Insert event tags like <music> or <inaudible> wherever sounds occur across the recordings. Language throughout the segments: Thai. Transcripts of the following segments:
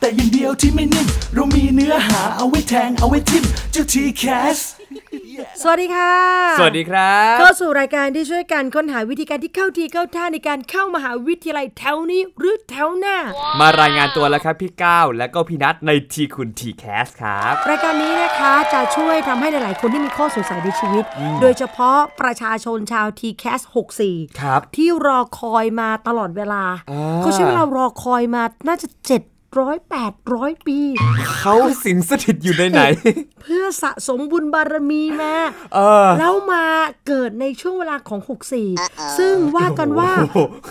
แต่อยังเดียวที่ไม่นิ่มเรามีเนื้อหาเอาไว้แทงเอาไว้ทิมเจ้าทีแคส สวัสดีค่ะ สวัสดีครับ เข้าสู่รายการที่ช่วยกันค้นหาวิธีการที่เข้าทีเข้าท่าในการเข้ามหาวิทยาลัยแถวนี้หรือแถวหน้า มารายงานตัวแล้วครับพี่ก้าวและก็พี่นัทในทีคุณทีแคสครับ รายการนี้นะคะจะช่วยทำให้หลาย ๆ คนที่มีข้อสงสัยในชีวิต โดยเฉพาะประชาชนชาว t c a s 64 ครับ ที่รอคอยมาตลอดเวลา อ่า เขาใช้เวลารอคอยมาน่าจะ 700 800 ปี เขาสิงสถิตอยู่ในไหน เพื่อสะสมบุญบารมีมา เออ แล้วมาเกิดในช่วงเวลาของ 64 ซึ่งว่ากันว่า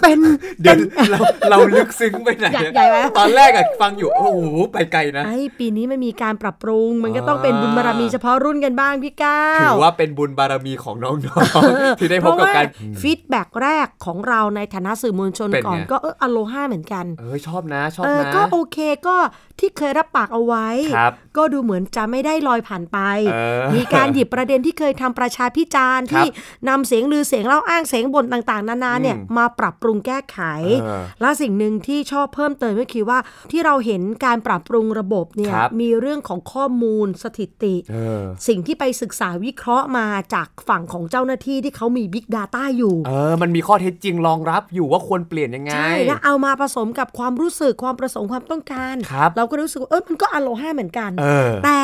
เป็น เดี๋ยว ป็น เราเราลึกซึ้งไปไหน อยากใหญ่ไหม ตอนแรกอะฟังอยู่โอ้โหไปไกลนะ ไอ้ปีนี้มันมีการปรับปรุง มันก็ต้อง อ่า เป็นบุญบารมีเฉพาะรุ่นกันบ้างพี่ก้า ถื ว อว่าเป็นบุญบารมีของน้องๆ ที่ได้พบกับกัน ฟีดแบ็กแรกของเราในฐานะสื่อมวลชน เป็นไง ก่อนก็เอออโลห้าเหมือนกัน เออชอบนะ ชอบ เออ นะ ก็โอเคก็ที่เคยรับปากเอาไว้ ครับ ก็ดูเหมือนจะไม่ได้ลอยผ่านไป เออ มีการหยิบประเด็นที่เคยทำประชาพิจารณ์ ครับ ที่นำเสียงลือเสียงเล่าอ้างเสียงบ่นต่างๆ นานาเนี่ย อืม มาปรับปรุงแก้ไข เออ และสิ่งหนึ่งที่ชอบเพิ่มเติมก็คือว่าที่เราเห็นการปรับปรุงระบบเนี่ย ครับ มีเรื่องของข้อมูลสถิติ เออ สิ่งที่ไปศึกษาวิเคราะห์มาจากฝั่งของเจ้าหน้าที่ที่เขามี Big Data อยู่ เออ มันมีข้อเท็จจริงรองรับอยู่ว่าควรเปลี่ยนยังไง ใช่แล้วเอามาผสมกับความรู้สึกความประสงค์ความต้องการ ครับ เราก็รู้สึกว่าเออมันก็อโลห้าเหมือนกัน เออ แต่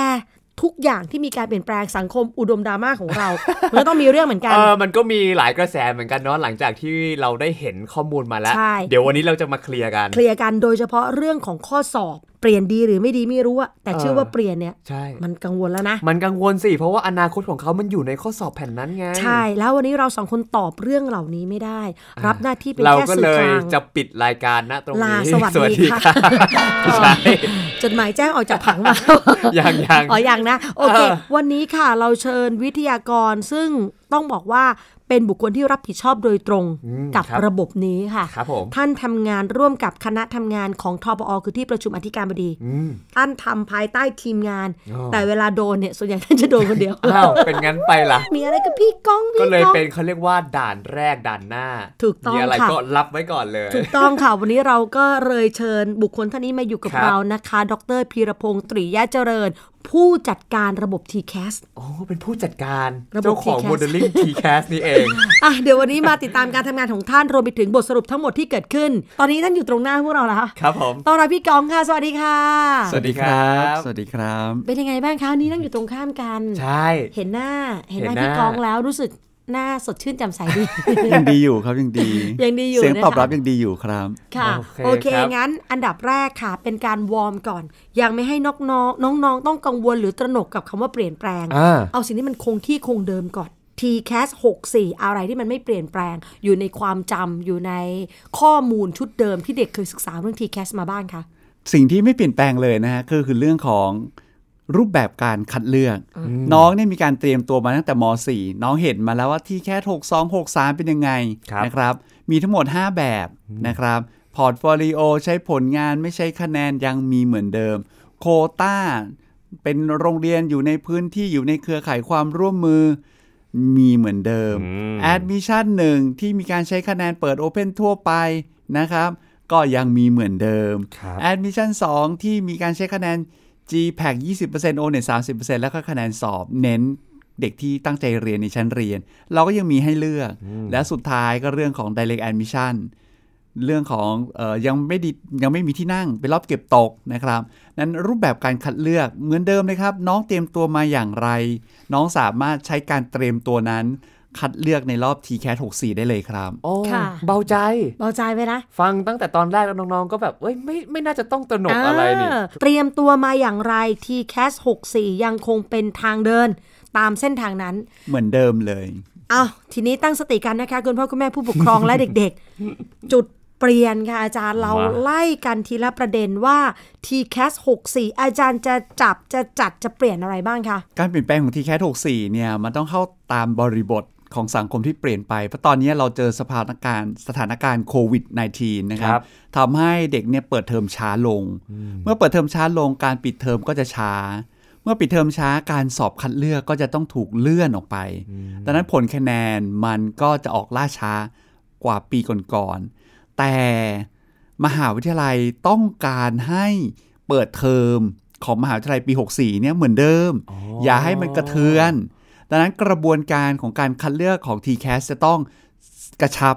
ทุกอย่างที่มีการเปลี่ยนแปลงสังคมอุดมดราม่าของเรา <laughs> มันก็ต้องมีเรื่องเหมือนกัน เออ มันก็มีหลายกระแสเหมือนกันเนาะหลังจากที่เราได้เห็นข้อมูลมาแล้ว ใช่ เดี๋ยววันนี้เราจะมาเคลียร์กัน เคลียร์กันโดยเฉพาะเรื่องของข้อสอบเปลี่ยนดีหรือไม่ดีไม่รู้อะแต่เชื่อว่าเปลี่ยนเนี่ย ใช่ มันกังวลแล้วนะ มันกังวลสิ เพราะว่าอนาคตของเขามันอยู่ในข้อสอบแผ่นนั้นไง ใช่แล้ววันนี้เราสองคนตอบเรื่องเหล่านี้ไม่ได้ รับหน้าที่เป็น เรา แค่ ก็ สื่ เล อย กลาง จะปิดรายการนะตรงนี้ ลาสวัสดีค่ะ ใช่ จดหมายแจ้งออกจากผังมา ยังยัง อ๋ออย่างนะ โอเค เออ วันนี้ค่ะเราเชิญวิทยากรซึ่งต้องบอกว่าเป็นบุคคลที่รับผิดชอบโดยตรง อืม กับ ครับ ระบบนี้ค่ะ ครับผม ท่านทำงานร่วมกับคณะทำงานของทปอคือที่ประชุมอธิการบดี อืม ท่านทำภายใต้ทีมงาน อ๋อ แต่เวลาโดนเนี่ยส่วนใหญ่ท่าน <laughs> จะโดนคนเดียว อ้าวเป็นงั้นไปล่ะ มีอะไรกับพี่ก้องพี่ ก็เลย ก้อง เป็นเขาเรียกว่าด่านแรกด่านหน้า ถูกต้อง มีอะไร ค่ะ ก็รับไว้ก่อนเลย ถูกต้องค่ะ วันนี้เราก็เลยเชิญบุคคลท่านนี้มาอยู่กับ ครับ เรานะคะ ดรพีรพงศ์ตรียะเจริญ ผู้จัดการระบบ t c a s โอ้เป็นผู้จัดการ ระบบ เจ้าของ TCAS โมเดลลิ่ง TCAS นี่เอง อ่ะเดี๋ยววันนี้มาติดตามการทำงานของท่านรวมไปถึงบทสรุปทั้งหมดที่เกิดขึ้น ตอนนี้ท่านอยู่ตรงหน้าพวกเราแล้ว ครับผม ตอนรับพี่กองค่ะ สวัสดีค่ะ สวัสดีครับ สวัสดีครับ เป็นยังไงบ้างคะวันนี้นั่งอยู่ตรงข้ามกัน ใช่ เห็นหน้า เห็นหน้า เห็นหน้า พี่กองแล้วรู้สึกหน้าสดชื่นแจ่มใสดี ยังดีอยู่ครับยังดี <laughs> ยังดีอยู่ เสียง นะคะ ตอบรับยังดีอยู่ครับ ค่ะ โอ โอ เค เคครับ งั้นอันดับแรกค่ะ เป็นการวอร์มก่อน ยังไม่ให้นกน้องน้องๆ ต้องกังวลหรือตระหนกกับคำว่าเปลี่ยนแปลง อ่า เอาสิ่งที่มันคงที่คงเดิมก่อน TCAS 64 อะไรที่มันไม่เปลี่ยนแปลง อยู่ในความจำอยู่ในข้อมูลชุดเดิมที่เด็กเคยศึกษาเรื่อง TCAS มาบ้างคะ สิ่งที่ไม่เปลี่ยนแปลงเลยนะฮะก็คือเรื่องของรูปแบบการคัดเลือก น้องเนี่ยมีการเตรียมตัวมาตั้งแต่ม .4 น้องเห็นมาแล้วว่าที่แค่6 2 6 3 เป็นยังไง ครับ นะครับ มีทั้งหมด 5 แบบนะครับพอร์ตโฟลิโอใช้ผลงานไม่ใช้คะแนนยังมีเหมือนเดิม โคต้า เป็นโรงเรียนอยู่ในพื้นที่อยู่ในเครือข่ายความร่วมมือ มีเหมือนเดิม แอดมิชชั่นหนึ่งที่มีการใช้คะแนนเปิด Open ทั่วไปนะครับ ก็ยังมีเหมือนเดิม ครับ แอดมิชชั่น2ที่มีการใช้คะแนน GPAC 20% O-net 30%แล้วก็คะแนนสอบเน้นเด็กที่ตั้งใจเรียนในชั้นเรียน เราก็ยังมีให้เลือก และสุดท้ายก็เรื่องของ direct admission เรื่องของเออยังไม่ดียังไม่มีที่นั่งเป็นรอบเก็บตกนะครับ นั้นรูปแบบการคัดเลือกเหมือนเดิมเลยครับ น้องเตรียมตัวมาอย่างไร น้องสามารถใช้การเตรียมตัวนั้น คัดเลือกในรอบ t c a t 64 ได้เลยครับ โอ้ ค่ะ เบาใจ เบาใจไว้นะ ฟังตั้งแต่ตอนแรกแล้วน้องๆ ก็แบบ เอ้ยไม่ไม่น่าจะต้องตระหนกอะไรนี่ เออเตรียมตัวมาอย่างไร TCAS 64 ยังคงเป็นทางเดิน ตามเส้นทางนั้น เหมือนเดิมเลย <laughs> เอาทีนี้ตั้งสติกันนะคะ คุณพ่อคุณแม่ผู้ปกครองและเด็กๆ จุด เปลี่ยนค่ะอาจารย์เรา ว่า ไล่กันทีละประเด็นว่า t c a s 64 อาจารย์จะจับจะจัดจะเปลี่ยนอะไรบ้างคะ การเปลี่ยนแปลงของ t c a t 64เนี่ยมันต้องเข้าตามบริบทของสังคมที่เปลี่ยนไป เพราะตอนนี้เราเจอสถานการณ์สถานการณ์โควิด -19 นะครั ครับ บ ทำให้เด็กเนี่ยเปิดเทอมช้าลง เมื่อเปิดเทอมช้าลงการปิดเทอมก็จะช้า เมื่อปิดเทอมช้าการสอบคัดเลือกก็จะต้องถูกเลื่อนออกไป ดังนั้นผลคะแนนมันก็จะออกล่าช้ากว่าปีก่อนๆแต่มหาวิทยาลัยต้องการให้เปิดเทอมของมหาวิทยาลัยปี 64เนี่ยเหมือนเดิม อย่าให้มันกระเทือน ดังนั้นกระบวนการของการคัดเลือกของ t c a s จะต้องกระชับ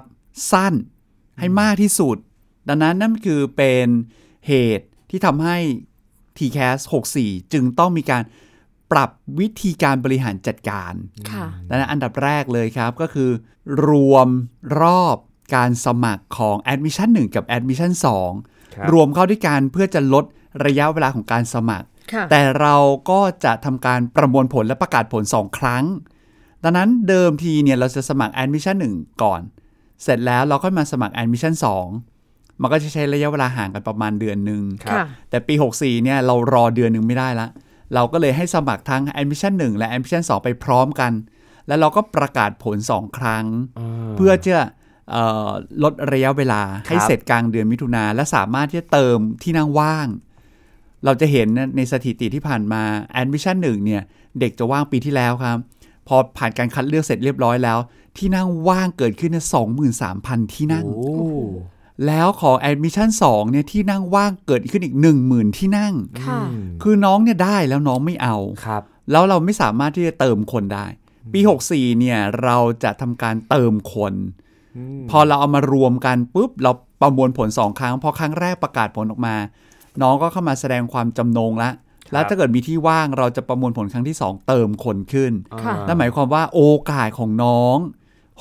สั้นให้มากที่สุด ดังนั้นนั่นคือเป็นเหตุที่ทำให้ t c a s 64 จึงต้องมีการปรับวิธีการบริหารจัดการ ค่ะ ดังนั้นอันดับแรกเลยครับก็คือ รวมรอบการสมัครของ Admission 1 กับ Admission ครับ 2 รวมเข้าด้วยกันเพื่อจะลดระยะเวลาของการสมัคร ค่ะ แต่เราก็จะทำการประมวลผลและประกาศผล 2 ครั้ง ดังนั้นเดิมทีเนี่ยเราจะสมัคร Admission 1 ก่อน เสร็จแล้วเราค่อยมาสมัคร Admission 2 มันก็จะใช้ระยะเวลาห่างกันประมาณเดือนหนึ่ง ครับค่ะ แต่ปี 64 เนี่ยเรารอเดือนหนึ่งไม่ได้ละ เราก็เลยให้สมัครทั้ง Admission 1 และ Admission 2 ไปพร้อมกัน แล้วเราก็ประกาศผล 2 ครั้ง เพื่อจะเอ่อลดระยะเวลาให้เสร็จกลางเดือนมิถุนาและสามารถที่จะเติมที่นั่งว่าง เราจะเห็นนะในสถิติที่ผ่านมา Admission 1 เนี่ย เด็กจะว่างปีที่แล้วครับ พอผ่านการคัดเลือกเสร็จเรียบร้อยแล้ว ที่นั่งว่างเกิดขึ้นเนี่ย23,000 ที่นั่ง โอ้ แล้วของ Admission 2 เนี่ยที่นั่งว่างเกิดขึ้นอีก 10,000 ที่นั่ง ค่ะ คือน้องเนี่ยได้แล้วน้องไม่เอา ครับ แล้วเราไม่สามารถที่จะเติมคนได้ ปี 64 เนี่ยเราจะทำการเติมคน พอเราเอามารวมกันปุ๊บ เราประมวลผล 2 ครั้ง พอครั้งแรกประกาศผลออกมา น้องก็เข้ามาแสดงความจำนงละแล้วถ้าเกิดมีที่ว่างเราจะประมวลผลครั้งที่ 2 เติมคนขึ้น ค่ะ นั่นหมายความว่าโอกาสของน้อง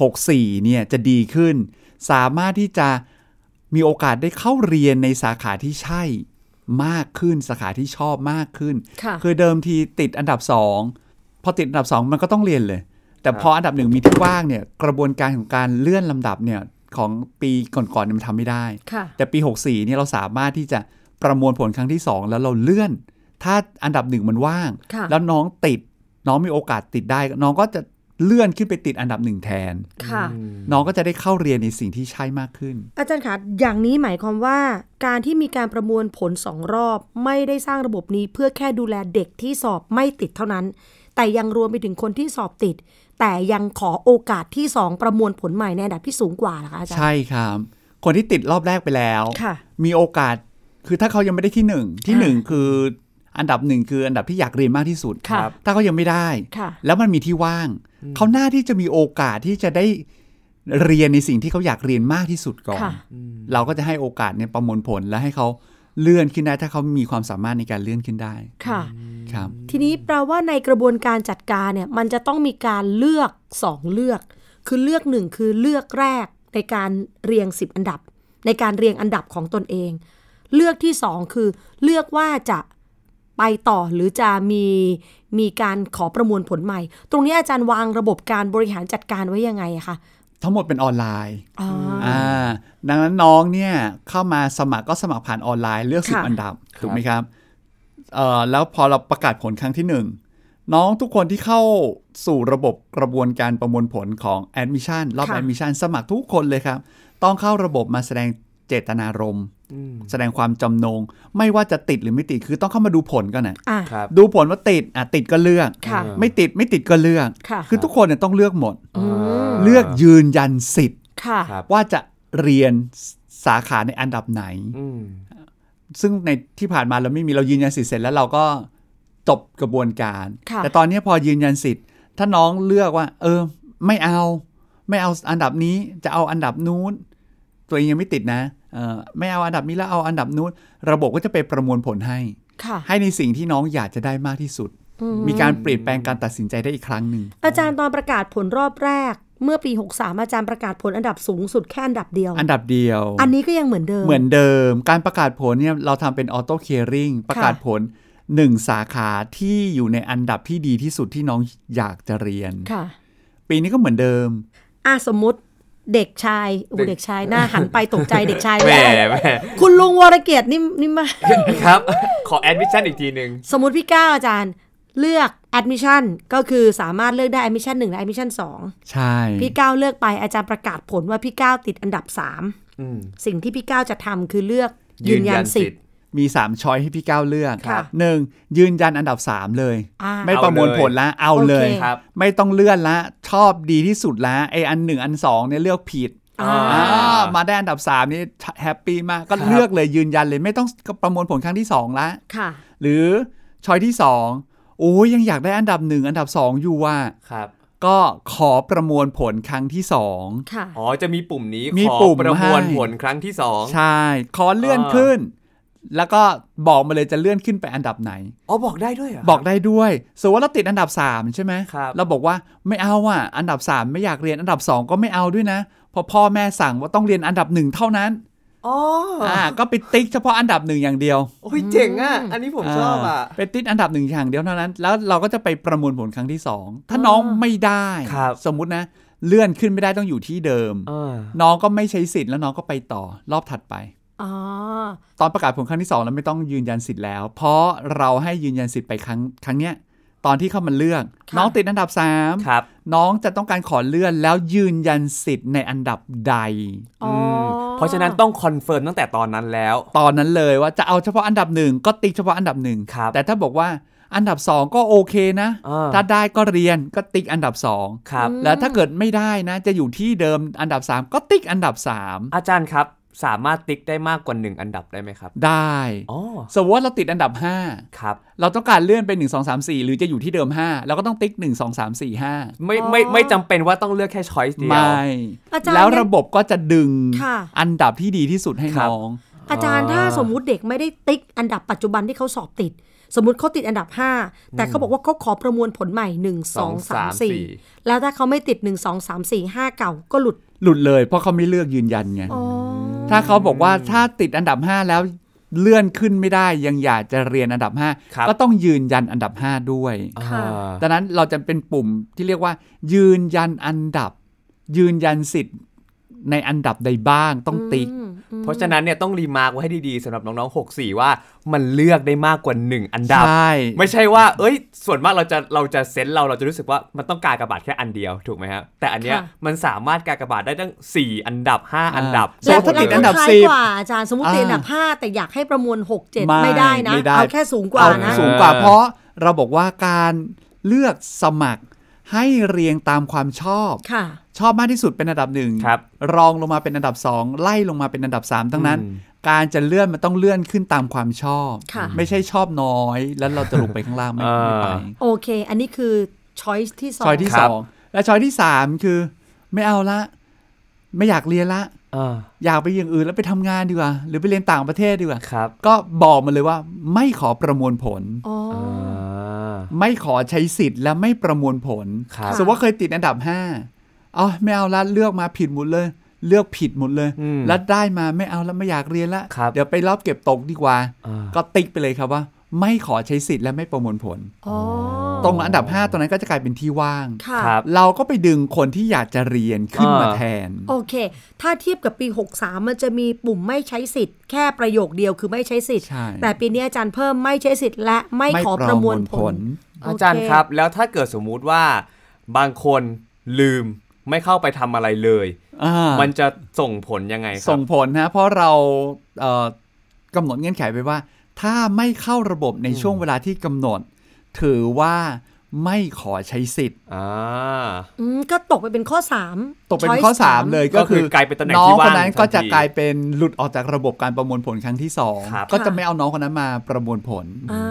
64 เนี่ยจะดีขึ้น สามารถที่จะมีโอกาสได้เข้าเรียนในสาขาที่ใช่มากขึ้นสาขาที่ชอบมากขึ้น ค่ะ อเดิมทีติดอันดับ 2 พอติดอันดับ 2 มันก็ต้องเรียนเลย แต่พออันดับหนึ่งมีที่ว่างเนี่ยกระบวนการของการเลื่อนลำดับเนี่ยของปีก่อนๆเนี่ยมันทำไม่ได้ ค่ะ แต่ปี 64เนี่ยเราสามารถที่จะประมวลผลครั้งที่ 2 แล้วเราเลื่อน ถ้าอันดับหนึ่งมันว่าง ค่ะ แล้วน้องติด น้องมีโอกาสติดได้ น้องก็จะเลื่อนขึ้นไปติดอันดับหนึ่งแทน ค่ะ น้องก็จะได้เข้าเรียนในสิ่งที่ใช่มากขึ้น อาจารย์คะอย่างนี้หมายความว่า การที่มีการประมวลผลสองรอบ ไม่ได้สร้างระบบนี้เพื่อแค่ดูแลเด็กที่สอบไม่ติดเท่านั้น แต่ยังรวมไปถึงคนที่สอบติด แต่ยังขอโอกาสที่สองประมวลผลใหม่ในอันดับที่สูงกว่าเหรอคะอาจารย์ ใช่ครับ คนที่ติดรอบแรกไปแล้ว ค่ะ มีโอกาส คือถ้าเขายังไม่ได้ที่หนึ่งที่หนึ่งคืออันดับหนึ่งคืออันดับที่อยากเรียนมากที่สุด ค่ะ ถ้าเขายังไม่ได้ ค่ะ แล้วมันมีที่ว่าง เขาหน้าที่จะมีโอกาสที่จะได้เรียนในสิ่งที่เขาอยากเรียนมากที่สุดก่อน ค่ะ เราก็จะให้โอกาสเนี่ยประมวลผลและให้เขาเลื่อนขึ้นได้ ถ้าเขามีความสามารถในการเลื่อนขึ้นได้ ค่ะ ครับ ทีนี้แปลว่าในกระบวนการจัดการเนี่ยมันจะต้องมีการเลือกสองเลือก คือเลือกหนึ่งคือเลือกแรกในการเรียง 10 อันดับ ในการเรียงอันดับของตนเอง เลือกที่สองคือเลือกว่าจะไปต่อหรือจะมีมีการขอประมวลผลใหม่ ตรงนี้อาจารย์วางระบบการบริหารจัดการไว้ยังไงอะคะ ทั้งหมดเป็นออนไลน์ อ๋อ อ่าดังนั้นน้องเนี่ยเข้ามาสมัครก็สมัครผ่านออนไลน์เลือกสิบ ค่ะ อันดับถูกไหมครับเอ่อแล้วพอเราประกาศผลครั้งที่หนึ่งน้องทุกคนที่เข้าสู่ระบบกระบวนการประมวลผลของ Admission รอบ ค่ะ Admission สมัครทุกคนเลยครับ ต้องเข้าระบบมาแสดงเจตนารมณ์แสดงความจำนง ไม่ว่าจะติดหรือไม่ติดคือต้องเข้ามาดูผลก่อนนะ อ่ะ ครับ ดูผลว่าติด อ่ะ ติดก็เลือก ค่ะ ไม่ติดไม่ติดก็เลือก ค่ะ อทุกคนเนี่ยต้องเลือกหมด อืม เลือกยืนยันสิทธิ์ ค่ะ ครับ ว่าจะเรียนสาขาในอันดับไหน อืม ซึ่งในที่ผ่านมาเราไม่มีเรายืนยันสิทธิ์เสร็จแล้วเราก็จบกระบวนการ ค่ะ แต่ตอนนี้พอยืนยันสิทธิ์ ถ้าน้องเลือกว่า เออ ไม่เอา ไม่เอาอันดับนี้จะเอาอันดับนู้น ตัวเองยังไม่ติดนะเออไม่เอาอันดับนี้แล้วเอาอันดับนู้น ระบบก็จะไปประมวลผลให้ ค่ะ ให้ในสิ่งที่น้องอยากจะได้มากที่สุด มีการเปลี่ยนแปลงการตัดสินใจได้อีกครั้งหนึ่ง อาจารย์ตอนประกาศผลรอบแรก เมื่อปี 63 อาจารย์ประกาศผลอันดับสูงสุดแค่อันดับเดียว อันดับเดียว อันนี้ก็ยังเหมือนเดิม เหมือนเดิม การประกาศผลเนี่ยเราทำเป็นออโต้เค r ริงประกาศผลหนึ่งสาขาที่อยู่ในอันดับที่ดีที่สุดที่น้องอยากจะเรียน ค่ะ ปีนี้ก็เหมือนเดิม อ่ะสมมติ เด็กชายโอ้โห เด็ก เด็กชายหน้าหันไปตกใจเด็กชาย แหม แล้ว แหม คุณลุงวรเกียรตินิ่มนิ่มมาก ครับ ขอแอดมิชชั่นอีกทีหนึ่ง สมมติพี่ก้าวอาจารย์เลือก admission ก็คือสามารถเลือกได้ admission 1 และ admission ใช่ 2 พี่ก้าวเลือกไปอาจารย์ประกาศผลว่าพี่ก้าวติดอันดับ อืม 3 สิ่งที่พี่ก้าวจะทำคือเลือกยืนยันสิทธิ์ มี 3 ช้อยให้พี่ก้าวเลือก ค่ะ หนึ่งยืนยันอันดับ 3 เลย อ่า ไม่ประมวลผลละเอาเลย โอเค ครับ ไม่ต้องเลื่อนละชอบดีที่สุดละไออันหนึ่งอันสองเนี่ยเลือกผิด อ่า อ่ามาได้อันดับ 3 นี่แฮปปี้มากก็ ครับ เลือกเลยยืนยันเลยไม่ต้องประมวลผลครั้งที่ 2 ละ ค่ะ หรือช้อยที่ 2 โอ้ยยังอยากได้อันดับ 1 อันดับ 2 อยู่ว่า ครับ ก็ขอประมวลผลครั้งที่ 2 ค่ะ อ๋อ จะมีปุ่มนี้ มี ขอ ปุ่ม ประมวล ให้ ผลครั้งที่สอง ใช่ ขอเลื่อน อ่า ขึ้น แล้วก็บอกมาเลยจะเลื่อนขึ้นไปอันดับไหน อ๋อ บอกได้ด้วยเหร บอกได้ด้วยสมมติว่าเราติดอันดับ 3 ใช่ไหม ครับ เราบอกว่าไม่เอาอ่ะ อันดับ 3 ไม่อยากเรียนอันดับ 2 ก็ไม่เอาด้วยนะเพราะพ่อแม่สั่งว่าต้องเรียนอันดับหนึ่งเท่านั้น อ๋อ อ่าก็ไปติ๊กเฉพาะอันดับหนึ่งอย่างเดียว โอ้ยเจ๋งอ่ะ อันนี้ผมชอบอ่ะ าไปติดอันดับหนึ่งอย่างเดียวเท่านั้น แล้วเราก็จะไปประมวลผลครั้งที่ 2 ถ้าน้องไม่ได้ ครับ สมมุตินะ เลื่อนขึ้นไม่ได้ต้องอยู่ที่เดิม อ่า น้องก็ไม่ใช้สิทธิ์แล้วน้องก็ไปต่อรอบถัดไป อ๋อ ตอนประกาศผลครั้งที่สองเราไม่ต้องยืนยันสิทธิ์แล้ว เพราะเราให้ยืนยันสิทธิ์ไปครั้งครั้งเนี้ยตอนที่เข้ามาเลือก ค่ะ น้องติดอันดับ 3 ครับ น้องจะต้องการขอเลื่อนแล้วยืนยันสิทธิ์ในอันดับใด อ๋อ ม อ เพราะฉะนั้นต้องคอนเฟิร์มตั้งแต่ตอนนั้นแล้ว ตอนนั้นเลยว่าจะเอาเฉพาะอันดับหนึ่งก็ติ๊กเฉพาะอันดับหนึ่ง ครับ แต่ถ้าบอกว่าอันดับ 2 ก็โอเคนะ อ่า ถ้าได้ก็เรียนก็ติ๊กอันดับ 2 ครับ แล้วถ้าเกิดไม่ได้นะ จะอยู่ที่เดิมอันดับ 3 ก็ติ๊กอันดับ อาจารย์ครับ สามารถติ๊กได้มากกว่า 1 อันดับได้ไหมครับ 3 ได้ อ๋อ สมมติว่าเราติดอันดับ 5 ครับ เราต้องการเลื่อนไป 1 2 3 4 หรือจะอยู่ที่เดิม 5 เราก็ต้องติ๊ก 1 2 3 4 5 ไม่ไม่ไม่จำเป็นว่าต้องเลือกแค่ช้อยส์เดียว ไม่ อาจารย์ แล้วระบบก็จะดึง ค่ะ อันดับที่ดีที่สุดให้ ครับ น้อง อาจารย์ถ้าสมมุติเด็กไม่ได้ติ๊กอันดับปัจจุบันที่เขาสอบติด สมมุติเขาติดอันดับ 5 แต่เขาบอกว่าเขาขอประมวลผลใหม่ สอง 1 2 สามสี่ 3 4 แล้วถ้าเขาไม่ติด 1 2 3 4 5 เก่าก็หลุด หลุดเลย เพราะเขาไม่เลือกยืนยันไง อ๋อ ถ้าเขาบอกว่าถ้าติดอันดับ 5 แล้วเลื่อนขึ้นไม่ได้ยังอยากจะเรียนอันดับ ครับ 5 ก็ต้องยืนยันอันดับ 5 ด้วย ค่ะ อ่า ดังนั้นเราจะเป็นปุ่มที่เรียกว่า ยืนยันอันดับ ยืนยันสิทธิ์ในอันดับใดบ้างต้องติ๊ก อืม เพราะฉะนั้นเนี่ยต้องรีมาร์กไว้ให้ดีๆสำหรับน้องๆ 64 ว่ามันเลือกได้มากกว่า 1 อันดับ ใช่ ไม่ใช่ว่า เอ้ย ส่วนมากเราจะเราจะเซนส์เราเราจะรู้สึกว่ามันต้องการกระบาดแค่อันเดียวถูกไหมครับแต่อันเนี้ย ค่ะ มันสามารถการกระบาดได้ตั้ง 4 อันดับ 5 อันดับ สมมุติถ้าติดอันดับ แล้วคล้ายกว่าอาจารย์สมมติ อ่า ติดอันดับ 5 แต่อยากให้ประมวล 6 7 ไม่ได้นะ ไม่ได้ เอาแค่สูงกว่า เอา นะ สูงกว่าเพราะเราบอกว่าการเลือกสมัครให้เรียงตามความชอบ ค่ะ ชอบมากที่สุดเป็นอันดับหนึ่ง ครับ รองลงมาเป็นอันดับ 2 ไล่ลงมาเป็นอันดับ 3 ทั้งนั้น การจะเลื่อนมันต้องเลื่อนขึ้นตามความชอบ ค่ะ ไม่ใช่ชอบน้อย แล้วเราจะลงไปข้างล่างไม่ อ่า ไม่ไป โอเค อันนี้คือ choice ที่สอง ช้อยที่ ครับ 2 และช้อยที่ 3 คือ ไม่เอาละ ไม่อยากเรียนละ อ่า อยากไปอย่างอื่นแล้วไปทำงานดีกว่า หรือไปเรียนต่างประเทศดีกว่า ครับ ก็บอกมาเลยว่าไม่ขอประมวลผล อ๋อ ไม่ขอใช้สิทธิ์และไม่ประมวลผล ครับ สมมติว่าเคยติดอันดับ 5อ๋อไม่เอาละเลือกมาผิดหมดเลย เลือกผิดหมดเลย อืม แล้วได้มาไม่เอาแล้วไม่อยากเรียนละ ครับ เดี๋ยวไปรอบเก็บตกดีกว่า อ่า ก็ติ๊กไปเลยครับว่า ไม่ขอใช้สิทธิ์และไม่ประมวลผล อ๋อ ตรงอันดับ 5ตรงนั้นก็จะกลายเป็นที่ว่าง ค่ะ ครับ เราก็ไปดึงคนที่อยากจะเรียนขึ้นมา อ่า แทน โอเค ถ้าเทียบกับปี 63 มันจะมีปุ่มไม่ใช้สิทธิ์ แค่ประโยคเดียวคือไม่ใช้สิทธิ์ ใช่ แต่ปีนี้อาจารย์เพิ่มไม่ใช้สิทธิ์และไม่ขอประมวลผล โอเค อาจารย์ครับ แล้วถ้าเกิดสมมุติว่าบางคนลืมไม่เข้าไปทำอะไรเลย อ่า มันจะส่งผลยังไงครั ส่งผลนะเพราะเราเอ่อกำหนดเงื่อนไขไปว่า ถ้าไม่เข้าระบบในช่วงเวลาที่กำหนด ถือว่าไม่ขอใช้สิทธิ์ อ่า อืมก็ตกไปเป็นข้อ 3 ตกเป็นข้อ 3 เลยก็ก็คือคือกลายเป็นตำแหน่ง อ ที่ ง ว่าง คนนั้นก็จะ ทันที กลายเป็นหลุดออกจากระบบการประมวลผลครั้งที่ ครับ 2 ก็จะ ค่ะ ไม่เอาน้องคนนั้นมาประมวลผล อ่า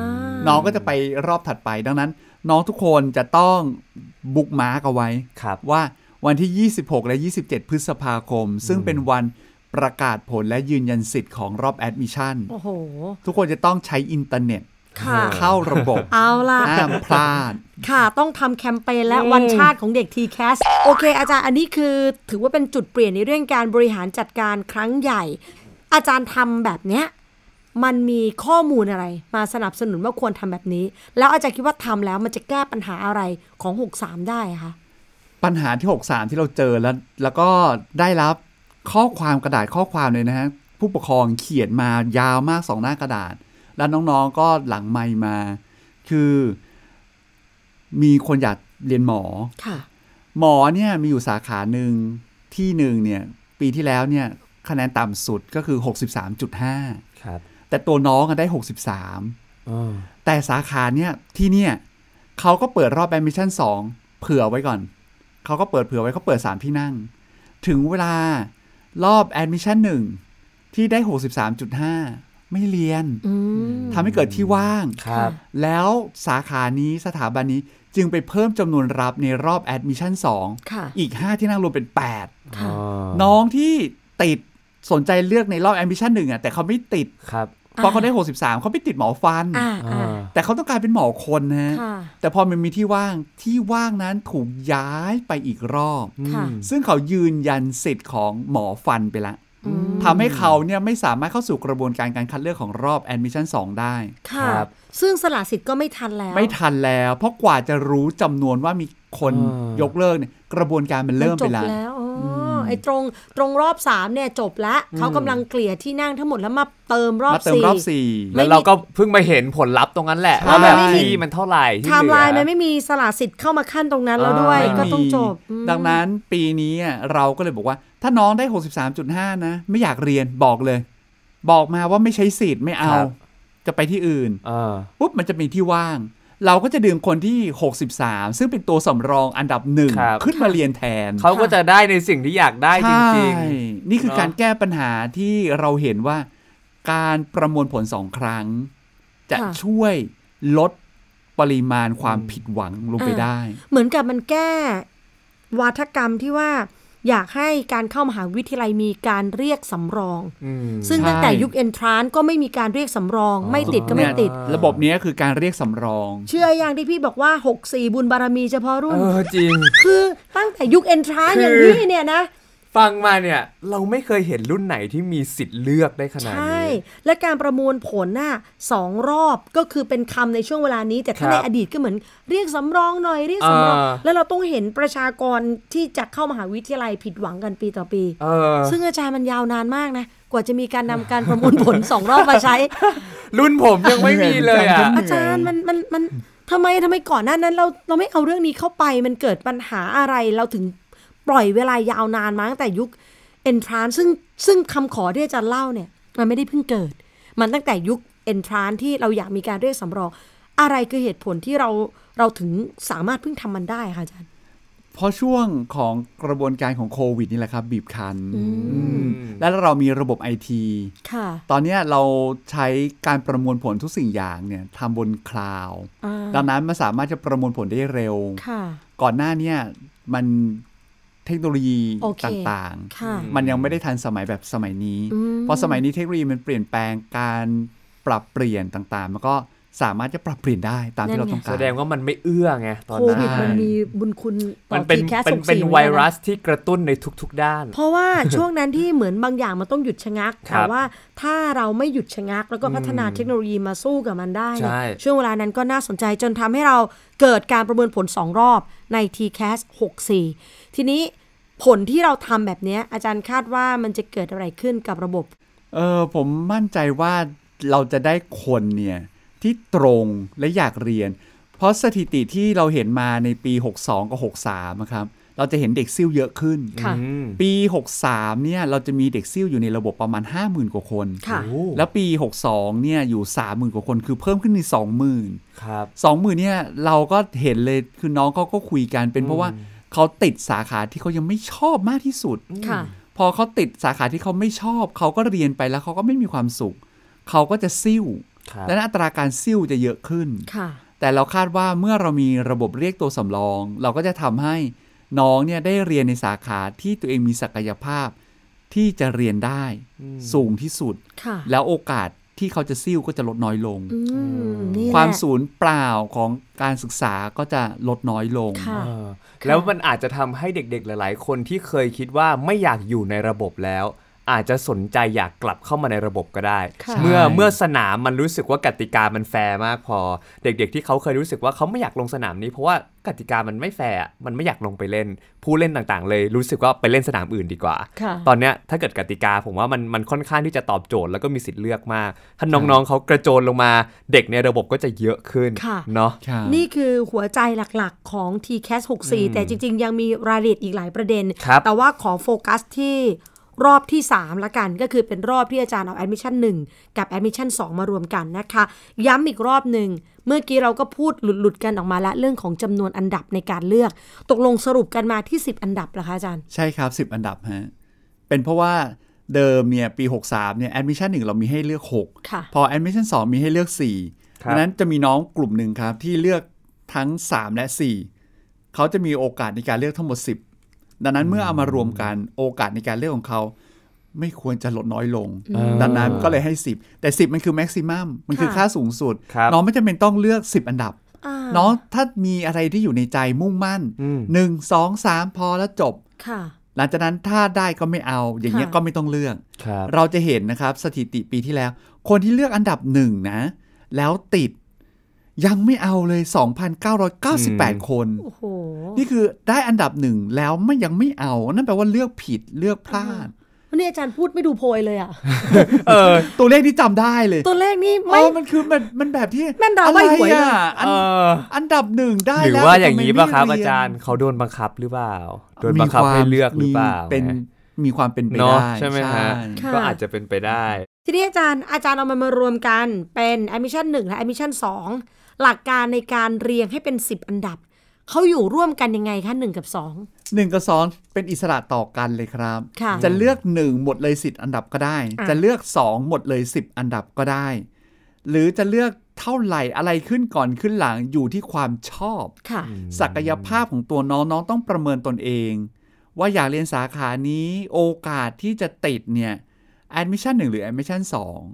น้องก็จะไปรอบถัดไป ดังนั้น น้องทุกคนจะต้องบุกมาร์กเอาไว้ ครับ ว่าวันที่ 26 และ 27 พฤษภาคม ซึ่งเป็นวันประกาศผลและยืนยันสิทธิ์ของรอบแอดมิชชั่น โอ้โห ทุกคนจะต้องใช้อินเทอร์เน็ต ค่ะ เข้าระบบ เอาล่ะ ห้ามพลาด ค่ะ ต้องทำแคมเปญและวันชาติของเด็ก t c a s โอเค อาจารย์อันนี้คือถือว่าเป็นจุดเปลี่ยนในเรื่องการบริหารจัดการครั้งใหญ่ อาจารย์ทำแบบเนี้ยมันมีข้อมูลอะไร มาสนับสนุนว่าควรทำแบบนี้ แล้วอาจารย์คิดว่าทำแล้วมันจะแก้ปัญหาอะไรของ 63 ได้อะคะ ปัญหาที่ 63 ที่เราเจอแล้ว แล้วก็ได้รับข้อความกระดาษข้อความเลยนะฮะ ผู้ปกครองเขียนมายาวมากสองหน้ากระดาษ แล้วน้องๆก็หลังไมค์มา คือ มีคนอยากเรียนหมอ ค่ะ หมอเนี่ยมีอยู่สาขาหนึ่งที่หนึ่งเนี่ย ปีที่แล้วเนี่ย คะแนนต่ำสุดก็คือ 63.5 ครับ แต่ตัวน้องอะได้ 63 อ่า แต่สาขาเนี่ยที่เนี่ยเขาก็เปิดรอบแอดมิชชั่น2เผื่อไว้ก่อน เขาก็เปิดเผื่อไว้เขาเปิด 3 ที่นั่ง ถึงเวลารอบแอดมิชชั่น1ที่ได้ 63.5 ไม่เรียน อืม ทำให้เกิดที่ว่าง ครับ แล้วสาขานี้สถาบันนี้จึงไปเพิ่มจำนวนรับในรอบแอดมิชชั่น ค่ะ 2อีก 5 ที่นั่งรวมเป็น 8 ค่ะ น้องที่ติดสนใจเลือกในรอบแอดมิชชั่นหนึ่งอะแต่เขาไม่ติด ครับ เพราะเขาได้ 63เขาไม่ติดหมอฟัน อ่าอ่า แต่เขาต้องการเป็นหมอคนนะฮะ ค่ะ แต่พอมันมีที่ว่าง ที่ว่างนั้นถูกย้ายไปอีกรอบ ค่ะ ซึ่งเขายืนยันสิทธิ์ของหมอฟันไปละ อืม ทำให้เขาเนี่ยไม่สามารถเข้าสู่กระบวนการการคัดเลือกของรอบแอดมิชชั่น2ได้ ค่ะ ครับ ซึ่งสละสิทธิ์ก็ไม่ทันแล้ว ไม่ทันแล้ว เพราะกว่าจะรู้จำนวนว่ามีคน อ่าย ยกเลิกเนี่ยกระบวนการมันเริ่ม จ ไป บ ละ แล้วอ๋ออไอ้ตรงตรงรอบสามเนี่ยจบแล้วเขากำลังเกลี่ยที่นั่งทั้งหมดแล้วมาเติมรอบ มาเติม สี่ รอบสี่ ไม่มีแล้วเราก็เพิ่งมาเห็นผลลัพธ์ตรงนั้นแหละ ใช่ ว่าแบบที่มันเท่าไหร่ ไท ที่เห ม์ ลื ไล อ น์มันไม่มีสละสิทธิ์เข้ามาขั้นตรงนั้นแล้วด้วย อ่า ก็ต้องจบ ไม่มี อืม ดังนั้นปีนี้อ่ะเราก็เลยบอกว่า ถ้าน้องได้ 63.5 นะ ไม่อยากเรียนบอกเลย บอกมาว่าไม่ใช้สิทธิ์ไม่เอา ครับ จะไปที่อื่น เออ ปุ๊บมันจะมีที่ว่าง เราก็จะดึงคนที่ 63 ซึ่งเป็นตัวสำรองอันดับหนึ่ง ครับ ขึ้นมาเรียนแทน เขาก็จะได้ในสิ่งที่อยากได้จริง ใช่นี่คือ เนอะ การแก้ปัญหาที่เราเห็นว่า การประมวลผลสองครั้ง จะช่วยลดปริมาณความผิดหวังลงไปได้ เหมือนกับมันแก้วาทกรรมที่ว่าอยากให้การเข้ามหาวิทยาลัยมีการเรียกสำรอง ๆอืม ซึ่ง ใช่ ตั้งแต่ยุคเอนทรานก็ไม่มีการเรียกสำรอง อ๋อ ไม่ติดก็ไม่ เนี่ย ติด ระบบเนี้ยคือการเรียกสำรอง เชื่ออย่างที่พี่บอกว่า 6 4 บุญบารมีเฉพาะรุ่ เอน อจริง คือตั้งแต่ยุคเอนทราน คือออ ย่างนี้เนี่ยนะ ฟังมาเนี่ย เราไม่เคยเห็นรุ่นไหนที่มีสิทธิ์เลือกได้ขนาด ใช่ นี้ และการประมวลผลน่ะสองรอบก็คือเป็นคำในช่วงเวลานี้ แต่ถ้า ครับ ในอดีตก็เหมือนเรียกสำรองหน่อยเรียกสำรอง อ่า แล้วเราต้องเห็นประชากรที่จะเข้ามหาวิทยาลัยผิดหวังกันปีต่อปี เออ ซึ่งอาจารย์มันยาวนานมากนะ กว่าจะมีการนำการประมวลผล <laughs> สองรอบมาใช้ รุ่นผมยังไม่มีเลยอ่ะ อาจารย์มันมันมันทำไมทำไมก่อนหน้านั้น เราเราไม่เอาเรื่องนี้เข้าไปมันเกิดปัญหาอะไรเราถึงปล่อยเวลายาวนานมาตั้งแต่ยุคเอนทรานซึ่งซึ่งคำขอที่อาจารย์เล่าเนี่ย มันไม่ได้เพิ่งเกิด มันตั้งแต่ยุคเอนทรานที่เราอยากมีการเรียกสำรอง อะไรคือเหตุผลที่เราเราถึงสามารถเพิ่งทำมันได้ค่ะอาจารย์ เพราะช่วงของกระบวนการของโควิดนี่แหละครับ บีบคั้น อื ม แล้วเรามีระบบไอที ค่ะ ตอนเนี้ยเราใช้การประมวลผลทุกสิ่งอย่างเนี่ยทำบนคลาวด์ อ่า ดังนั้นมันสามารถจะประมวลผลได้เร็ว ค่ะ ก่อนหน้าเนี้มันเทคโนโลยี โอเค ต่าง ค่ะ ๆ มันยังไม่ได้ทันสมัยแบบสมัยนี้ อืม เพราะสมัยนี้เทคโนโลยีมันเปลี่ยนแปลงการปรับเปลี่ยนต่างๆ มันก็สามารถจะปรับเปลี่ยนได้ตามที่เราต้องการ แสดงว่ามันไม่เอื้อไงตอน โค นั้น วิด ใช่ มันมีบุญคุณต่อ มันเป็น ทีแคส เป็น 64 เป็น หมือกัะ ไวรัสที่กระตุ้นในทุก ๆ ด้าน <laughs> เพราะว่า ช่วงนั้นที่เหมือนบางอย่างมันต้องหยุดชะงัก ครั แต่ บ ว่าถ้าเราไม่หยุดชะงัก แล้วก็พัฒนาเทคโนโลยีมาสู้กับมันได้เนี่ย ใช่ ช่วงเวลานั้นก็น่าสนใจจนทำให้เราเกิดการประเมินผล 2 รอบใน t c a s 64 ทีนี้ผลที่เราทำแบบเนี้ยอาจารย์คาดว่ามันจะเกิดอะไรขึ้นกับระบบ เออผมมั่นใจว่าเราจะได้คนเนี่ยที่ตรงและอยากเรียน เพราะสถิติที่เราเห็นมาในปี 62 กับ 63นะครับเราจะเห็นเด็กซิ่วเยอะขึ้น ค่ะ อืม ปี 63เนี่ยเราจะมีเด็กซิ่วอยู่ในระบบประมาณ 50,000 กว่าคน ค่ะ โอ้ แล้วปี 62เนี่ยอยู่ 30,000 กว่าคน คือเพิ่มขึ้นใน20,000 ครับ สองหมื่นเนี่ยเราก็เห็นเลยคือน้องเขาก็คุยกันเป็นเพราะว่าเขาติดสาขาที่เขายังไม่ชอบมากที่สุด ค่ะ พอเขาติดสาขาที่เขาไม่ชอบ เขาก็เรียนไปแล้วเขาก็ไม่มีความสุข เขาก็จะซิ่ว ครับ และอัตราการซิ่วจะเยอะขึ้น ค่ะ แต่เราคาดว่าเมื่อเรามีระบบเรียกตัวสำรอง เราก็จะทำให้น้องเนี่ยได้เรียนในสาขาที่ตัวเองมีศักยภาพที่จะเรียนได้สูงที่สุด ค่ะ แล้วโอกาสที่เขาจะซิ่วก็จะลดน้อยลง อืมนี่แหละ ความศูนย์เปล่าของการศึกษาก็จะลดน้อยลง ค่ะ เออแล้วมันอาจจะทำให้เด็กๆ หลาย ๆ คนที่เคยคิดว่าไม่อยากอยู่ในระบบแล้ว อาจจะสนใจอยากกลับเข้ามาในระบบก็ได้ ค่ะ เมื่อ ใช่ เมื่อสนามมันรู้สึกว่ากติกามันแฟร์มากพอ เด็กๆที่เขาเคยรู้สึกว่าเขาไม่อยากลงสนามนี้เพราะว่ากติกามันไม่แฟร์อะมันไม่อยากลงไปเล่น ผู้เล่นต่างๆ เลยรู้สึกว่าไปเล่นสนามอื่นดีกว่า ค่ะ ตอนเนี้ยถ้าเกิดกติกาผมว่ามันมันค่อนข้างที่จะตอบโจทย์แล้วก็มีสิทธิ์เลือกมาก ถ้าน้องๆเขากระโจนลงมาเด็กในระบบก็จะเยอะขึ้น ค่ะ เนาะ ครับ นี่คือหัวใจหลักๆของ t c a s 64 แต่จริงๆ ยังมีรายละเอียดอีกหลายประเด็น ครับ แต่ว่าขอโฟกัสที่รอบที่ 3 ละกันก็คือเป็นรอบที่อาจารย์เอา Admission 1 กับ Admission 2 มารวมกันนะคะ ย้ำอีกรอบหนึ่ง เมื่อกี้เราก็พูดหลุดๆ กันออกมาละเรื่องของจำนวนอันดับในการเลือก ตกลงสรุปกันมาที่ 10 อันดับเหรอคะอาจารย์ ใช่ครับ 10 อันดับฮะ เป็นเพราะว่าเดิมเนี่ยปี 63เนี่ยแอดมิชชั่นหนึ่งเรามีให้เลือก ค่ะ 6 พอแอดมิชชั่น2มีให้เลือก ค 4 รับ ดังนั้นจะมีน้องกลุ่มหนึ่งครับ ที่เลือกทั้ง 3 และ 4 เขาจะมีโอกาสในการเลือกทั้งหมด 10 ดังนั้นเมื่อเอามารวมกันโอกาสในการเลือกของเขา ไม่ควรจะลดน้อยลง ดังนั้นก็เลยให้ 10 แต่ 10 มันคือแม็กซิมัมมันคือ ค่ะ ค่าสูงสุด ครับ น้องไม่จำเป็นต้องเลือก 10 อันดับ อ่า น้องถ้ามีอะไรที่อยู่ในใจมุ่งมั่นหนึ่งสองสามพอแล้วจบ ค่ะ หลังจากนั้นถ้าได้ก็ไม่เอาอย่างเงี้ย ค่ะ ก็ไม่ต้องเลือก ครับ เราจะเห็นนะครับสถิติปีที่แล้ว คนที่เลือกอันดับหนึ่งนะ แล้วติดยังไม่เอาเลย 2,998 คน โอ้โห นี่คือได้อันดับหนึ่งแล้วไม่ยังไม่เอา นั่นแปลว่าเลือกผิดเลือกพลาด วันนี้อาจารย์พูดไม่ดูโพยเลยอะ เออ ตัวเลขที่จำได้เลย ตัวเลขนี่ อ๋ ไม่ อมันคือมันมันแบบที่ แม่นดาว อะไร ใบ้หวยเลย อ่ะอัน เออ อันดับหนึ่งได้ หรือ แล้ว ว่าอย่างนี้ นี้ ป่ะครับอาจารย์เขาโดนบังคับหรือเปล่า โดนบังคับให้เลือกหรือเปล่า เป็น นะ มีความเป็นไป เนาะ ได้ ใช่ไหมฮะ ค่ะ ก็อาจจะเป็นไปได้ ทีนี้อาจารย์อาจารย์เอามันมารวมกันเป็น admission 1 และ admission 2 หลักการในการเรียงให้เป็น 10 อันดับ เขาอยู่ร่วมกันยังไงคะ1กับ 2 หนึ่งกับสองเป็นอิสระต่อกันเลยครับ ค่ะ จะเลือกหนึ่งหมดเลยสิบอันดับก็ได้ อ่ะ จะเลือกสองหมดเลยสิบอันดับก็ได้ หรือจะเลือกเท่าไหร่อะไรขึ้นก่อนขึ้นหลังอยู่ที่ความชอบ ค่ะ ศักยภาพของตัวน้องน้องต้องประเมินตนเอง ว่าอยากเรียนสาขานี้โอกาสที่จะติดเนี่ย admission 1 หรือ admission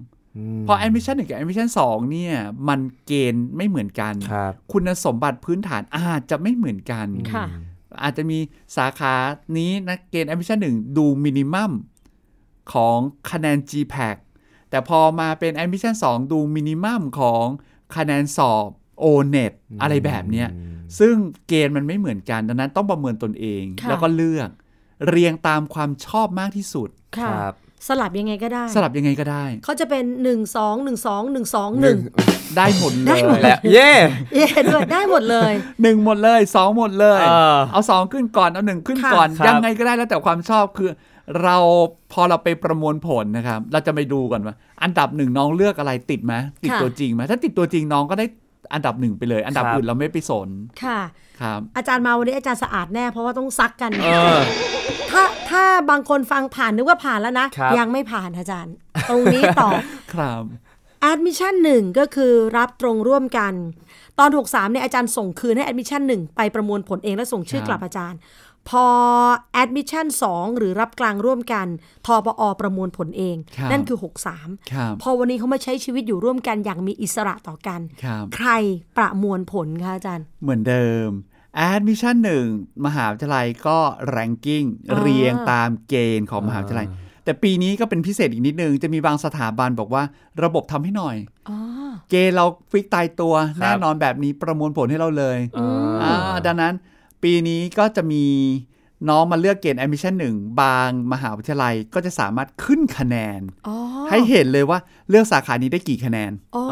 2 พอ admission 1 กับ admission 2 เนี่ย มันเกณฑ์ไม่เหมือนกัน ครับ คุณสมบัติพื้นฐานอาจจะไม่เหมือนกัน ค่ะ อาจจะมีสาขานี้นะเกณฑ์ admission 1 ดูมินิมัมของคะแนน GPAC แต่พอมาเป็น admission 2 ดูมินิมัมของคะแนนสอบ O-NET อะไรแบบเนี้ย ซึ่งเกณฑ์มันไม่เหมือนกัน ดังนั้นต้องประเมินตนเอง ค่ะ แล้วก็เลือก เรียงตามความชอบมากที่สุด ค่ะ ครับ สลับยังไงก็ได้ สลับยังไงก็ได้ เขาจะเป็น 1 2 1 2 1 2 1 ได้หมดเล ได้หมดเลยย และเย่ เย่ด้วยได้หมดเลย หนึ่งหมดเลยสองหมดเลย เออ เอาสองขึ้นก่อน เอาหนึ่งขึ้น ค่ะ ก่อน ครับ ยังไงก็ได้แล้วแต่ความชอบคือ เราพอเราไปประมวลผลนะครับ เราจะไปดูก่อนว่า อันดับหนึ่งน้องเลือกอะไรติดไหมติดตัวจริงไหมถ้าติดตัวจริงน้องก็ได้อันดับหนึ่งไปเลย อันดับ ครับ อื่นเราไม่ไปสน ค่ะ ครับ อาจารย์มาวันนี้อาจารย์สะอาดแน่เพราะว่าต้องซักกัน เออ ถ้าถ้าบางคนฟังผ่านนึกว่าผ่านแล้วนะ ครับ ยังไม่ผ่านอาจารย์ ตรงนี้ต่อ ครับ แอดมิชชั่นหนึ่งก็คือรับตรงร่วมกัน ตอน 63เนี่ยอาจารย์ส่งคืนให้แอดมิชชั่นหนึ่งไปประมวลผลเองและส่งชื่อ ครับ กลับอาจารย์ พอแอดมิชชั่น2หรือรับกลางร่วมกันทปอประมวลผลเอง ครับ นั่นคือ ครับ 63 พอวันนี้เขามาใช้ชีวิตอยู่ร่วมกันอย่างมีอิสระต่อกัน ครับ ใครประมวลผลคะอาจารย์ เหมือนเดิม Admission 1 มหาวิทยาลัยก็ ranking อ่า เรียงตามเกณฑ์ของมหาวิทยาลัย แต่ปีนี้ก็เป็นพิเศษอีกนิดนึง จะมีบางสถาบันบอกว่าระบบทำให้หน่อย อ๋อ เกณฑ์เราฟิกตายตัว ครับ แน่นอนแบบนี้ประมวลผลให้เราเลย อ่า าดังนั้นปีนี้ก็จะมีน้องมาเลือกเกณฑ์ admission 1 บางมหาวิทยาลัยก็จะสามารถขึ้นคะแนน อ๋อ ให้เห็นเลยว่าเลือกสาขานี้ได้กี่คะแนน อ๋อ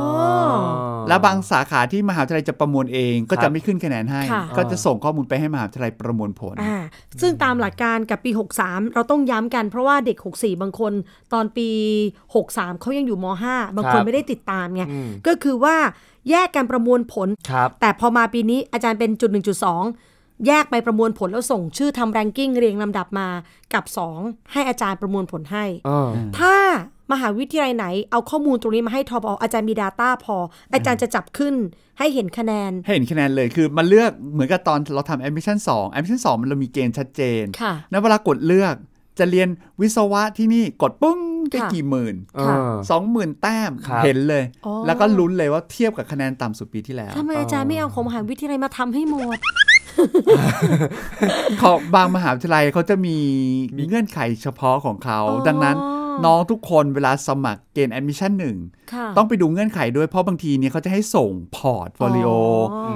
และบางสาขาที่มหาวิทยาลัยจะประมวลเองก็ ครั จะ บ ไม่ขึ้นคะแนนให้ ค่ะ ก็จะส่งข้อมูลไปให้มหาวิทยาลัยประมวลผล อ่าซึ่งตามหลักการกับปี 63 เราต้องย้ำกันเพราะว่าเด็ก 64 บางคน ตอนปี 63 เขายังอยู่ม 5 บางคน ครับ ไม่ได้ติดตามไง อืม ก็คือว่าแยกการประมวลผล ครับ แต่พอมาปีนี้อาจารย์เป็นจุด 1.2 แยกไปประมวลผลแล้วส่งชื่อทำแรงกิ้งเรียงลำดับมากับ 2 ให้อาจารย์ประมวลผลให้ เออ ถ้ามหาวิทยาลัยไหนเอาข้อมูลตรงนี้มาให้ทบออาจารย์มี Data พอ อาจารย์จะจับขึ้นให้เห็นคะแนน ให้เห็นคะแนนเลยคือมันเลือกเหมือนกับตอนเราทำ admission 2 admission 2 มันเรามีเกณฑ์ชัดเจน ค่ะ ณเวลากดเลือกจะเรียนวิศวะที่นี่กดปุ้งได้ ค่ะ กี่หมื่น ค่ะ สองหมื่นแต้ม ครับ เห็นเลย อ๋อ แล้วก็ลุ้นเลยว่าเทียบกับคะแนนต่ำสุดปีที่แล้ว ทำไมอาจารย์ไม่เอาของมหาวิทยาลัยมาทำให้หมด เขาบางมหาวิทยาลัยเขาจะมีมีเงื่อนไขเฉพาะของเขา อ๋อ ดังนั้นน้องทุกคนเวลาสมัครเกณฑ์แอดมิชชั่นหนึ่ง ค่ะ ต้องไปดูเงื่อนไขด้วยเพราะบางทีเนี่ยเขาจะให้ส่งพอร์ตโฟลิโอ อ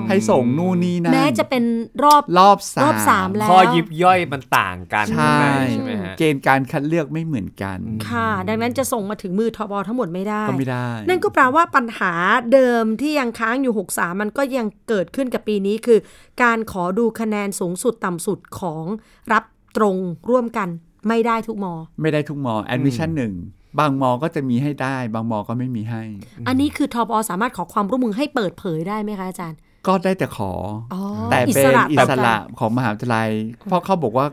ม ให้ส่งนู่นนี่นั่น แม้จะเป็นรอบ รอบสาม รอบสามแล้ว ข้อยิบย่อยมันต่างกัน ใช่ ไหมใช่ไหมฮะ เกณฑ์การคัดเลือกไม่เหมือนกัน ค่ะ ดังนั้นจะส่งมาถึงมือทบทั้งหมดไม่ได้ ก็ไม่ได้ นั่นก็แปลว่าปัญหาเดิมที่ยังค้างอยู่ 63 มันก็ยังเกิดขึ้นกับปีนี้คือ การขอดูคะแนนสูงสุดต่ำสุดของรับตรงร่วมกันไม่ได้ทุกมอ ไม่ได้ทุกมอแอดมิชชั่นหนึ่งบางมอก็จะมีให้ได้ บางมอก็ไม่มีให้ อันนี้คือทบสามารถขอความร่วมมือให้เปิดเผยได้ไหมคะอาจารย์ ก็ได้แต่ขอ อ๋อ อแต่ อิ เป็ ส น ระ อิสระของมหาวิทยาลัย เพราะเขาบอกว่า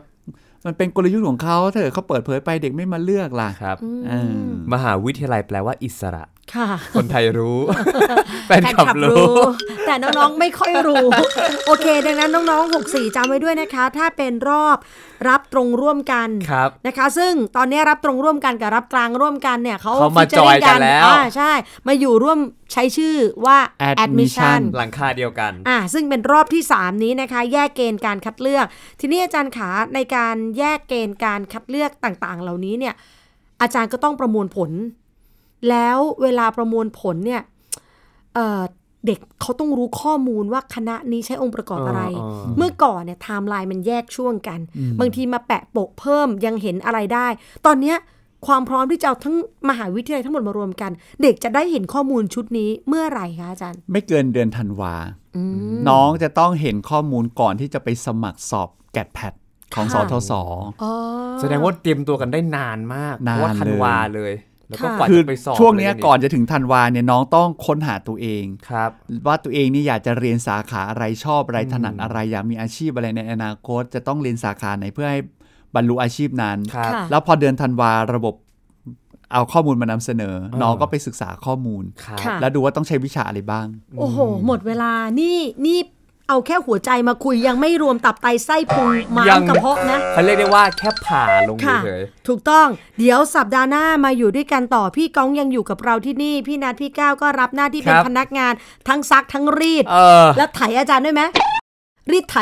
มันเป็นกลยุทธ์ของเขาถ้าเกิดเขาเปิดเผยไปเด็กไม่มาเลือกล่ะ ครับ เออ มหาวิทยาลัยแปลว่าอิสระ ค่ะ คนไทยรู้ แฟน แฟน คลับ คลับ รู้ รู้ แต่น้องๆไม่ค่อย <laughs> รู้ โอเค ดังนั้นน้องๆ 64จำไว้ด้วยนะคะ ถ้าเป็นรอบรับตรงร่วมกัน ครับ นะคะซึ่งตอนนี้รับตรงร่วมกันกับรับกลางร่วมกันเนี่ยเขา เขามา ฟีเจอริ่ง จอยกันแล้ว อ่าใช่ มาอยู่ร่วมใช้ชื่อว่า admission หลังคาเดียวกัน อ่าซึ่งเป็นรอบที่ 3 นี้นะคะ แยกเกณฑ์การคัดเลือก ทีนี้อาจารย์ขาในการแยกเกณฑ์การคัดเลือกต่างๆ เหล่านี้เนี่ยอาจารย์ก็ต้องประมวลผล แล้วเวลาประมวลผลเนี่ยเอ่อเด็กเขาต้องรู้ข้อมูลว่าคณะนี้ใช้องค์ประกอบอะไร อ๋ออ๋อ เมื่อก่อนเนี่ยไทม์ไลน์มันแยกช่วงกัน บางทีมาแปะโปะเพิ่มยังเห็นอะไรได้ ตอนเนี้ยความพร้อมที่จะเอาทั้งมหาวิทยาลัยทั้งหมดมารวมกัน เด็กจะได้เห็นข้อมูลชุดนี้เมื่อไหร่คะอาจารย์ ไม่เกินเดือนธันวา อืม น้องจะต้องเห็นข้อมูลก่อนที่จะไปสมัครสอบแกดแพดของส ค่ะ ทศ อ๋อ แสดงว่าเตรียมตัวกันได้นานมากเพ นาน ราะว่าธันวาเลย แล้วก็ ค่ะ กว่า คือ จะไปสอบ ช่วงเนี้ย เลย ก่อนจะถึงธันวาเนี่ยน้องต้องค้นหาตัวเอง ครับ ว่าตัวเองนี่อยากจะเรียนสาขาอะไรชอบอะไรถนัดอะไรอยากมีอาชีพอะไรในอนาคต จะต้องเรียนสาขาไหนเพื่อให้บรรลุอาชีพนั้น ครับ ค่ะ แล้วพอเดือนธันวาระบบเอาข้อมูลมานำเสนอ น้องก็ไปศึกษาข้อมูล ครับ ค่ะ แล้วดูว่าต้องใช้วิชาอะไรบ้าง โอ้โห หมดเวลา นี่นี่เอาแค่หัวใจมาคุยยังไม่รวมตับไตไส้พุงม้า ยั ม ง กระเพาะนะ เขาเรียกได้ว่าแค่ผ่าลง ค่ะ เฉย ถูกต้อง เดี๋ยวสัปดาห์หน้ามาอยู่ด้วยกันต่อ พี่ก้องยังอยู่กับเราที่นี่ พี่นัทพี่ก้าวก็รับหน้าที่เป็น ครับ พนักงาน ทั้งซักทั้งรีด ๆเออ แล้วไถอาจารย์ด้วยไหมรี <laughs> ดไถ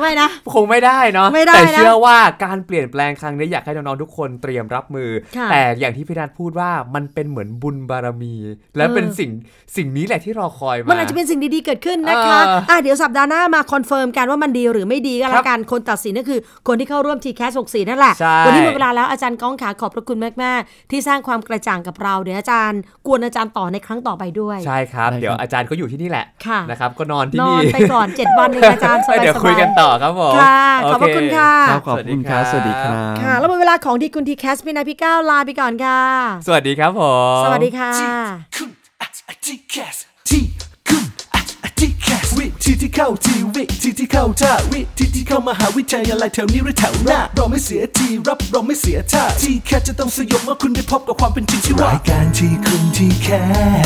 ไม่นะ คงไม่ได้เนาะ ไม่ได้นะ แต่เชื่อว่าการเปลี่ยนแปลงครั้งนี้อยากให้น้องๆทุกคนเตรียมรับมือ ค่ะ แต่อย่างที่พี่นัทพูดว่ามันเป็นเหมือนบุญบารมี และ เออ เป็นสิ่งสิ่งนี้แหละที่รอคอยมา มั มั นอาจจะเป็นสิ่งดีๆเกิดขึ้นนะคะ เอออ่ อ่ะเดี๋ยวสัปดาห์หน้ามาคอนเฟิร์มกันว่ามันดีหรือไม่ดีก็ ครั แล้ว บ กัน คนตัดสินก็คือ คนที่เข้าร่วมทีแคส64นั่นแหละ ใช่ วันี้หมดเวลาแล้วอาจารย์ก้องขาขอบพระคุณมาก ๆ ที่สร้างความกระจ่างกับเรา เดี๋ยวอาจารย์กวนอาจารย์ต่อในครั้งต่อไปด้วย ใช่ครับ ได้ครับ เดี๋ยวอาจารย์ก็อยู่ที่นี่แหละ ค่ะ นะครับ ก็นอนที่ นอ นี่ นไปก่อน 7 วันเองอาจารย์สบายๆ เดี๋ยวคุยกันต่อครับผม ค่ะ โ ขอบพระคุณค่ะ ครับขอบคุณครับ ส สวั วัส สดี ดีค ครั รับ บ ค่ะ แล้วหมดเวลาของดีคุณทีแคสพี่นายพี่ก้าวลาไปก่อนค่ะ สวัสดีครับผม สวัสดีค่ะ ที่คุณอัดอัดที่แคสที่คุณอัดอัดที่แคสวิธีที่เข้าทีวิธีที่เข้าท่าวิธีที่เข้ามหาวิทยาลัยแถวนี้หรือแถวหน้าเราไม่เสียทีรับเราไม่เสียท่าที่แคสจะต้องสยบเมื่อคุณได้พบกับความเป็นจริงที่ว่ารายการที่คุณที่แค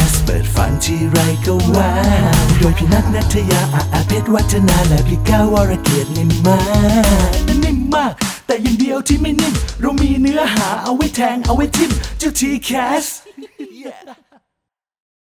สเปิดฝันที่ไรก็ว่าโดยพี่นัทนัทยาอาอาเพชรวัฒนาและพี่ก้าววรเกียรตินิ่มมากนิ่มมาก แต่อย่างเดียวที่ไม่นิ่มเรามีเนื้อหาเอาไว้แทงเอาไว้ทิมเจ้าทีแคส